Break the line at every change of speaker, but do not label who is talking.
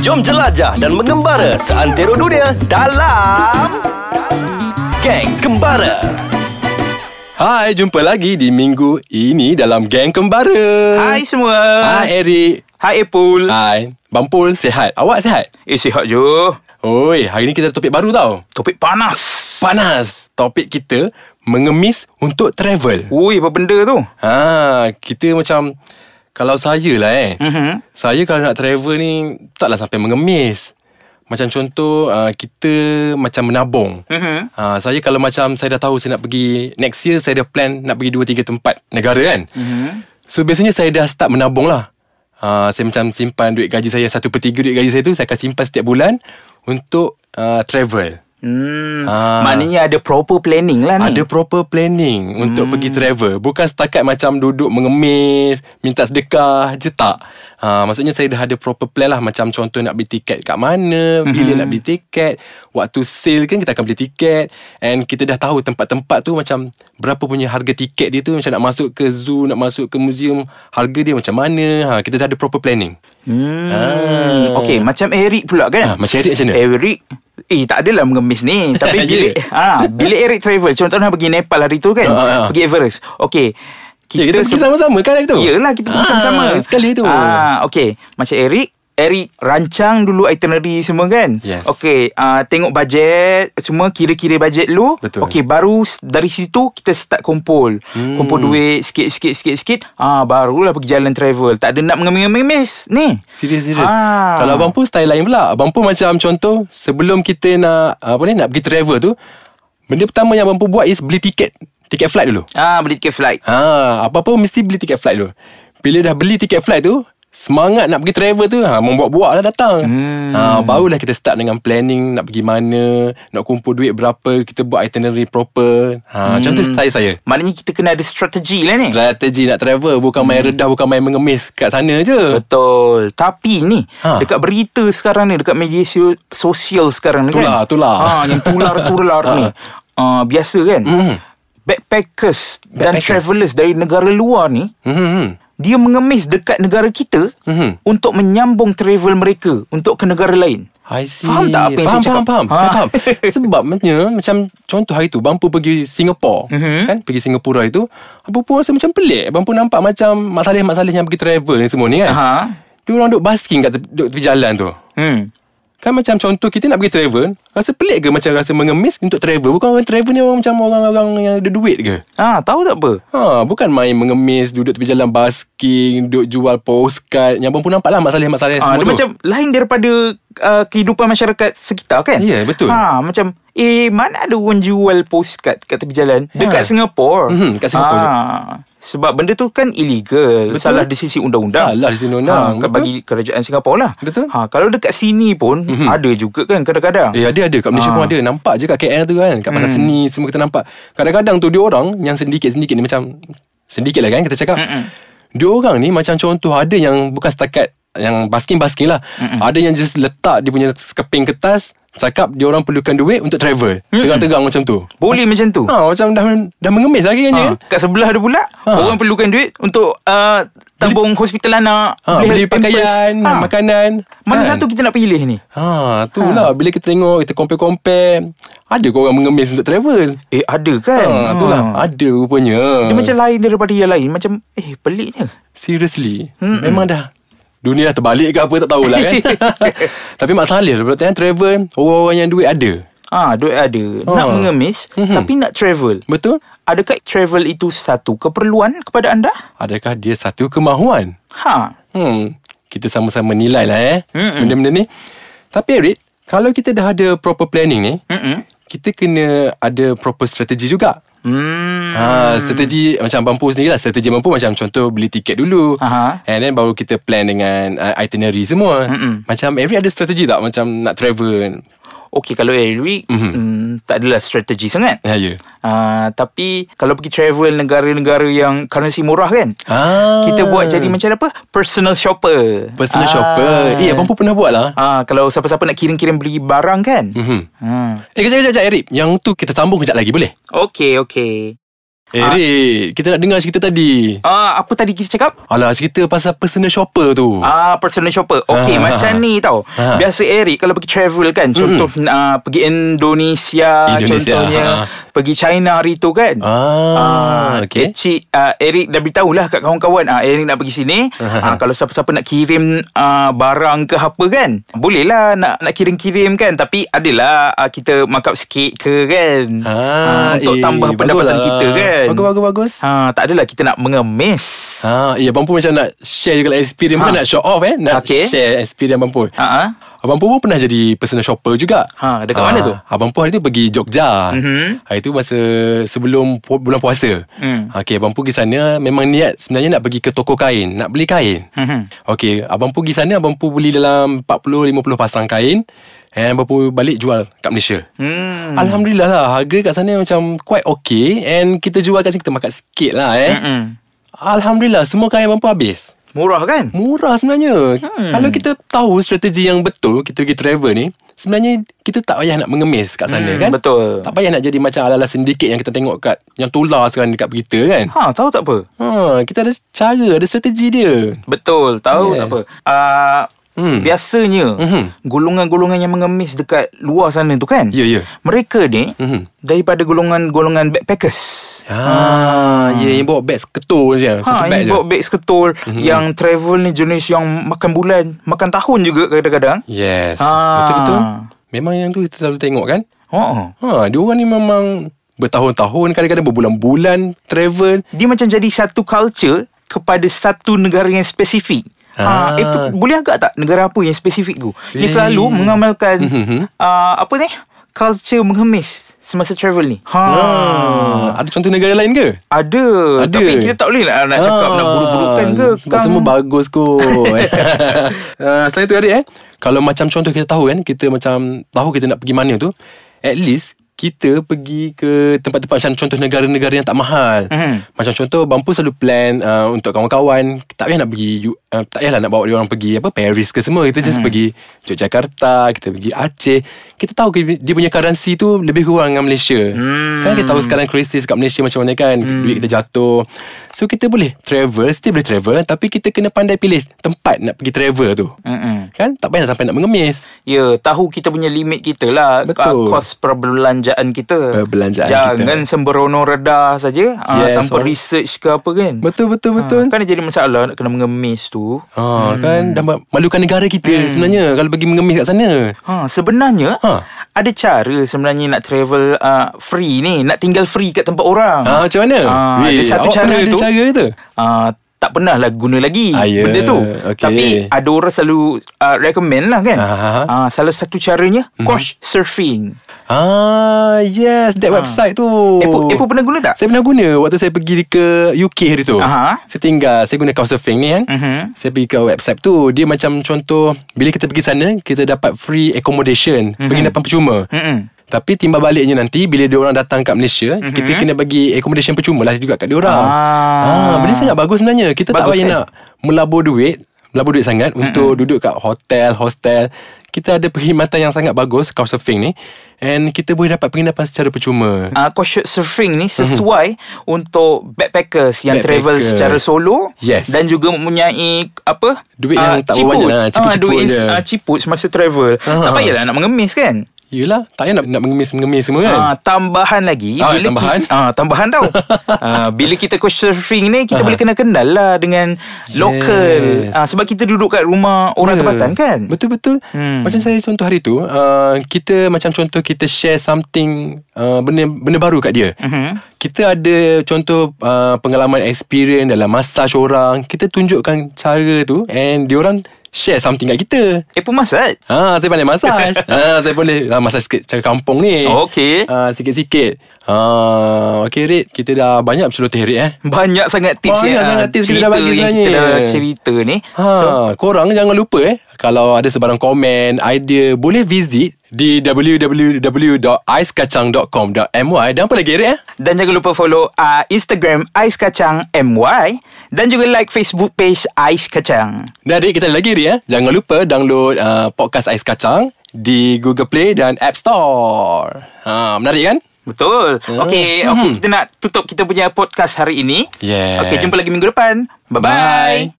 Jom jelajah dan mengembara seantero dunia dalam Geng Kembara.
Hai, jumpa lagi di minggu ini dalam Geng Kembara.
Hai Ah. semua.
Hai, Eric.
Hai Apple.
Hai. Bampul, sihat. Awak sihat?
Eh sihat je.
Oi, hari ni kita ada topik baru tau.
Topik panas.
Panas. Topik kita, mengemis untuk travel.
Ui, apa benda tu?
Ha, kita macam, kalau saya lah eh.
Mhm.
Saya kalau nak travel ni, taklah sampai mengemis. Macam contoh, uh, kita macam menabung.
Mhm.
Ha, saya kalau macam saya dah tahu saya nak pergi next year saya dah plan nak pergi 2 3 tempat negara kan. Mm-hmm. So biasanya saya dah start menabung lah. Ha, saya macam simpan duit gaji saya 1/3 duit gaji saya tu saya akan simpan setiap bulan untuk uh, travel.
Hmm.
Ah.
Maknanya ada proper planning lah ni.
Hmm. Ada proper planning untuk pergi
Hmm.
travel. Bukan setakat macam duduk mengemis, minta sedekah je tak. Ha, maksudnya saya dah ada proper plan lah. Macam contoh nak beli tiket kat mana, bila
Hmm.
nak beli tiket, waktu sale kan kita akan beli tiket. And kita dah tahu tempat-tempat tu macam berapa punya harga tiket dia tu. Macam nak masuk ke zoo, nak masuk ke museum, harga dia macam mana. Ha, kita dah ada proper planning.
Hmm.
Ah.
Okey, macam Eric pula
Ha,
kan?
macam Eric macam mana?
Eric Eh tak adalah mengemis ni Tapi
Ya.
bila ha, Bila Eric travel Contohnya pergi Nepal hari tu kan
Ah, ah, ah.
Pergi Everest Okey
Ya, kita
se-
pergi sama-sama kan hari tu?
Yelah kita pergi
Ah,
sama-sama
Sekali tu.
ah, Okay Macam Eric Eric rancang dulu itinerary semua kan
Yes.
Okay uh, Tengok bajet Semua kira-kira bajet lu
Betul.
Okay baru s- dari situ Kita start kumpul hmm. Kumpul duit Sikit-sikit Sikit-sikit ah, Barulah pergi jalan travel Tak ada nak mengemis-mengemis Ni
Serius serius.
Ah.
Kalau abang pun style lain pula. Abang pun macam contoh sebelum kita nak apa ni nak pergi travel tu benda pertama yang abang pun buat is beli tiket. Tiket flight dulu.
Ah, Beli tiket flight
Ha, apa-apa mesti beli tiket flight dulu. Bila dah beli tiket flight tu Semangat nak pergi travel tu ha, Membuat-buat lah datang hmm. ha, Barulah kita start dengan planning Nak pergi mana Nak kumpul duit berapa Kita buat itinerary proper ha, hmm. Contoh style saya
Maknanya kita kena ada strategi lah ni
Strategi nak travel Bukan main redah Bukan main mengemis Kat sana je
Betul Tapi ni
Ha.
ha. Dekat berita sekarang ni Dekat media so- sosial sekarang ni
Tular,
kan
tular. Ha.
ha, Yang tular-tular ni uh, Biasa kan
Mm.
Backpackers Dan
Backpacker.
travellers Dari negara luar ni
hmm, hmm, hmm.
Dia mengemis dekat negara kita
Mhm.
Untuk menyambung travel mereka Untuk ke negara lain
I see.
Faham tak apa yang saya
faham,
cakap?
Faham, faham. Saya
Ha.
faham. Sebab macamnya, macam contoh hari tu, Bampu pergi Singapura.
Mhm.
Mm-hmm. Kan? Pergi Singapura itu, Bampu pun rasa macam pelik. Bampu nampak macam Mak Saleh-Mak Saleh yang pergi travel ni semua ni kan.
Ha.
Dia orang duk basking kat tepi, duk tepi jalan tu.
Hmm.
Kan macam contoh kita nak pergi travel, rasa pelik ke macam rasa mengemis untuk travel? Bukan orang travel ni orang macam orang-orang yang ada duit ke?
Ha, tahu tak apa
Ha, bukan main mengemis, duduk tepi jalan basking, duduk jual postcard. Yang Bampu nampak lah Mak Saleh-Mak Saleh
Ah,
semua
dia
tu.
macam lain daripada uh, kehidupan masyarakat sekitar kan?
Ya, betul.
Ha, macam eh mana ada orang jual postcard kat tepi jalan
Ya.
dekat Singapura.
Mhm, kat Singapura
Ha, sebab benda tu kan illegal,
Betul.
betul. salah di sisi undang-undang.
Salah di sisi undang-undang,
Ha, kat-
betul.
bagi kerajaan Singapura lah.
Betul. Mhm.
Ha, kalau dekat sini pun ada juga kan kadang-kadang.
Eh ada ada kat
Ah.
Malaysia pun ada Nampak je kat KL tu kan Kat pasar hmm. seni Semua kita nampak Kadang-kadang tu dia orang Yang sedikit-sedikit ni macam Sedikit lah kan kita
Hmm,
cakap Mm-mm. Dia orang ni macam contoh Ada yang bukan setakat Yang basking-basking lah
Hmm,
Mm-mm. Ada yang just letak Dia punya sekeping kertas Cakap dia orang perlukan duit Untuk
Hmm,
travel Terang-terang macam tu
Boleh macam tu.
Ha, macam dah dah mengemis lagi kan ha.
Ha, kat sebelah ada pula
Ha.
Orang perlukan duit Untuk uh, Tabung hospital anak
ha, Beli
Ah. pampers.
pakaian
Ha.
Makanan
Mana
kan?
satu kita nak pilih ni
Ha, tu lah Bila kita tengok Kita compare-compare Ada ke orang mengemis Untuk travel
Eh ada kan
Ha, itulah Ada rupanya
Dia macam lain daripada yang lain Macam Eh peliknya
Seriously Mm-mm. Memang dah Dunia dah terbalik ke apa Tak tahulah kan Tapi Mak Saleh Pula tengah travel Orang-orang yang duit ada
Ah, duit ada Nak
Ah.
mengemis
Mhm.
Tapi nak travel
Betul
Adakah travel itu Satu keperluan kepada anda?
Adakah dia satu kemahuan
Ha
Hmm Kita sama-sama nilai lah eh
Mm-mm.
Benda-benda ni Tapi Eric Kalau kita dah ada proper planning ni
Mm-mm.
Kita kena ada proper strategi juga
Hmm
Ha, strategi macam Bampu sendiri lah Strategi Bampu macam contoh Beli tiket dulu
Aha.
And then baru kita plan dengan uh, Itinerary semua Mm-mm. Macam every ada strategi tak Macam nak travel
Okay kalau Eric
Mhm.
mm-hmm. mm, Tak adalah strategi sangat
Ya ya
Ah, Tapi Kalau pergi travel Negara-negara yang Currency murah kan
Ah.
Kita buat jadi macam apa Personal shopper
Personal
Ah.
shopper Eh abang pun pernah buat lah
Ah, Kalau siapa-siapa nak kirim-kirim Beli barang kan
Mhm.
ha.
Eh kejap kejap kejap Eric Yang tu kita sambung kejap lagi boleh?
Okay okay
Eh,
Ah.
Rik, kita nak dengar cerita tadi.
Ah, apa tadi kita cakap?
Alah, cerita pasal personal shopper tu.
Ah personal shopper. Okey ah,
Ah.
macam ni tau.
Ah. Hmm.
Ah. Biasa Eric kalau pergi travel kan, contoh mm. uh, pergi Indonesia,
Indonesia,
contohnya
ah.
pergi China hari tu kan.
Ah, okey.
Cik uh, Eric dah beritahulah kat kawan-kawan ah Eric nak pergi sini.
Ah.
Ah kalau siapa-siapa nak kirim uh, barang ke apa kan, bolehlah nak nak kirim-kirim kan, tapi adalah uh, kita markup sikit ke kan. Ah, untuk
eh,
tambah pendapatan
baguslah.
kita kan.
Bagus, bagus, bagus.
Ha tak adalah kita nak mengemis.
Ha, ya Abang Pul macam nak share juga lah experience Bukan
Ha.
nak show off eh Nak
Okey.
share experience Abang Pul
Ha ah.
Abang Pul pun pernah jadi personal shopper juga
Ha, dekat mana tu? Mhm.
Abang Pul hari tu pergi Jogja mm-hmm. Hari tu masa sebelum pu- bulan puasa mm.
Hmm.
Okay Abang Pul pergi sana Memang niat sebenarnya nak pergi ke toko kain Nak beli kain
Mhm.
Okay Abang Pul pergi sana Abang Pul beli dalam 40-50 pasang kain And Abang Pul balik jual kat Malaysia
Hmm.
Alhamdulillah lah Harga kat sana macam Quite okay And kita jual kat sini Kita makan sikit lah eh
Mm-mm.
Alhamdulillah Semua kain Abang Pul habis
Murah kan?
Murah sebenarnya hmm. Kalau kita tahu strategi yang betul Kita pergi travel ni Sebenarnya kita tak payah nak mengemis kat sana
Hmm,
kan
betul.
Tak payah nak jadi macam ala-ala sindikit yang kita tengok kat Yang tular sekarang dekat berita kan
Ha, tahu tak apa?
ha, Kita ada cara, ada strategi dia
Betul, tahu yeah. tak
Yeah.
apa. Uh, hmm.
Hmm.
Biasanya,
Mhm.
golongan-golongan yang mengemis dekat luar sana tu kan?
Ya, ya.
Mereka ni,
Mhm.
daripada golongan-golongan backpackers.
Ha, ya yang bawa beg seketul je Satu
Ha, yang
beg je
bawa beg seketul, mm-hmm. yang travel ni jenis yang makan bulan, makan tahun juga kadang-kadang.
Yes
Ha.
Betul-betul Memang yang tu kita selalu tengok kan
Oh.
ha, Dia orang ni memang Bertahun-tahun Kadang-kadang berbulan-bulan Travel
Dia macam jadi satu culture kepada satu negara yang spesifik.
Ah.
Ha, eh, pe- boleh agak tak negara apa yang spesifik tu? Dia
Eh.
selalu mengamalkan
Mhm.
uh, apa ni? Culture mengemis semasa travel ni. Ha.
ha. Ada contoh negara lain ke?
Ada.
Ada.
Tapi kita tak boleh lah nak cakap nak buruk-burukkan ke.
Ah, Sebab
Kang.
semua bagus kot uh, Selain tu Adik eh Kalau macam contoh kita tahu kan Kita macam Tahu kita nak pergi mana tu At least kita pergi ke tempat-tempat macam contoh negara-negara yang tak mahal.
Mhm.
Macam contoh Bampu selalu plan uh, untuk kawan-kawan tak payah nak pergi U- uh, tak payahlah nak bawa dia orang pergi apa Paris ke semua. Kita
Hmm.
just pergi Yogyakarta, kita pergi Aceh. Kita tahu ke- dia punya currency tu lebih kurang dengan Malaysia.
Hmm.
Kan kita tahu sekarang krisis kat Malaysia macam mana kan hmm. Duit kita jatuh So kita boleh travel Still boleh travel Tapi kita kena pandai pilih Tempat nak pergi travel tu
Mm-mm.
Kan tak payah sampai nak mengemis
Ya, tahu kita punya limit kita lah.
Betul.
Betul. Kos perbelanjaan kita.
Perbelanjaan
Jangan
kita.
Jangan sembrono redah saja.
Yes,
Yes, tanpa
orang-
research ke apa kan.
Betul betul
Ha,
betul
kan dia jadi masalah nak kena mengemis tu.
ha, Kan dah ma- malukan negara kita
Hmm.
sebenarnya Kalau pergi mengemis kat sana
Ha, sebenarnya
Ha.
ha. ada cara sebenarnya nak travel uh, free ni, nak tinggal free kat tempat orang.
ha, Macam mana?
Ah, ada
Weh,
satu
awak
cara
pernah ada
tu.
cara tu
Uh, tak pernah lah guna lagi
Ah, ya.
benda tu.
Okey.
Tapi ada orang selalu uh, recommend lah kan.
Ah, ah, ah.
Uh, salah satu caranya
Mhm.
couch surfing.
Ah yes That
Ha.
website tu
Epo, Epo pernah guna tak?
Saya pernah guna Waktu saya pergi ke UK hari tu
Aha.
Saya tinggal Saya guna Couchsurfing ni kan
Mhm.
Saya pergi ke website tu Dia macam contoh Bila kita pergi sana Kita dapat free
Mhm.
accommodation mm-hmm. Penginapan percuma
Mm-mm.
Tapi timbal baliknya nanti Bila dia orang datang kat Malaysia mm-hmm. Kita kena bagi accommodation percuma lah juga kat dia orang
Mhm. Ah.
ah, Benda sangat bagus sebenarnya Kita tak
Bagus kan?
payah
Mhm.
nak Melabur duit Melabur duit sangat mm-hmm. Untuk duduk kat hotel Hostel Kita ada perkhidmatan yang sangat bagus Couchsurfing ni And kita boleh dapat penginapan secara percuma
Uh, couch surfing
Mhm.
ni sesuai untuk backpackers yang travel
Backpacker.
secara solo
Yes.
dan juga mempunyai apa
Duit
ah,
yang tak
ciput.
berbanyak lah, ciput-ciput
Ah, duit
je.
uh, ciput semasa travel
Ah.
tak payahlah nak mengemis kan
Yelah Tak payah nak, nak mengemis-mengemis semua kan
Ah, tambahan lagi
Ah, tambahan?
kita, ah, Tambahan tau ah, Bila kita coach surfing ni Kita
Ah.
boleh kenal-kenal lah Dengan local ah, Sebab kita duduk kat rumah Orang
Ya.
tempatan kan
Betul-betul hmm.
Hmm.
Macam saya contoh hari tu uh, Kita macam contoh Kita share something uh, Benda benda baru kat dia
Mhm.
Kita ada contoh uh, Pengalaman experience Dalam massage orang Kita tunjukkan cara tu And diorang Share something kat kita
Eh pun masat
Ah, saya pandai massage ah, Saya boleh ah, Massage sikit cara kampung ni
Oh, Okey.
ah, Sikit-sikit ah, Okay Rit Kita dah banyak berceloteh Rit eh
banyak sangat tips
Banyak
yang, ah,
sangat tips kita
cerita
dah bagi
yang
sebenarnya.
Kita dah cerita ni
Ha, so, korang jangan lupa eh kalau ada sebarang komen, idea, boleh visit di www.aiskacang.com.my dan apa lagi Eric eh?
Dan jangan lupa follow uh, Instagram Ais Kacang MY Dan juga like Facebook page Ais Kacang
Dan Eric kita ada lagi Eric eh. Jangan lupa download uh, podcast Ais Kacang di Google Play dan App Store. Ha, menarik kan?
Betul.
Oh.
Oh. Okey,
Mhm.
okey kita nak tutup kita punya podcast hari ini.
Yes.
Okey, jumpa lagi minggu depan. Bye-bye.
Bye.
Bye.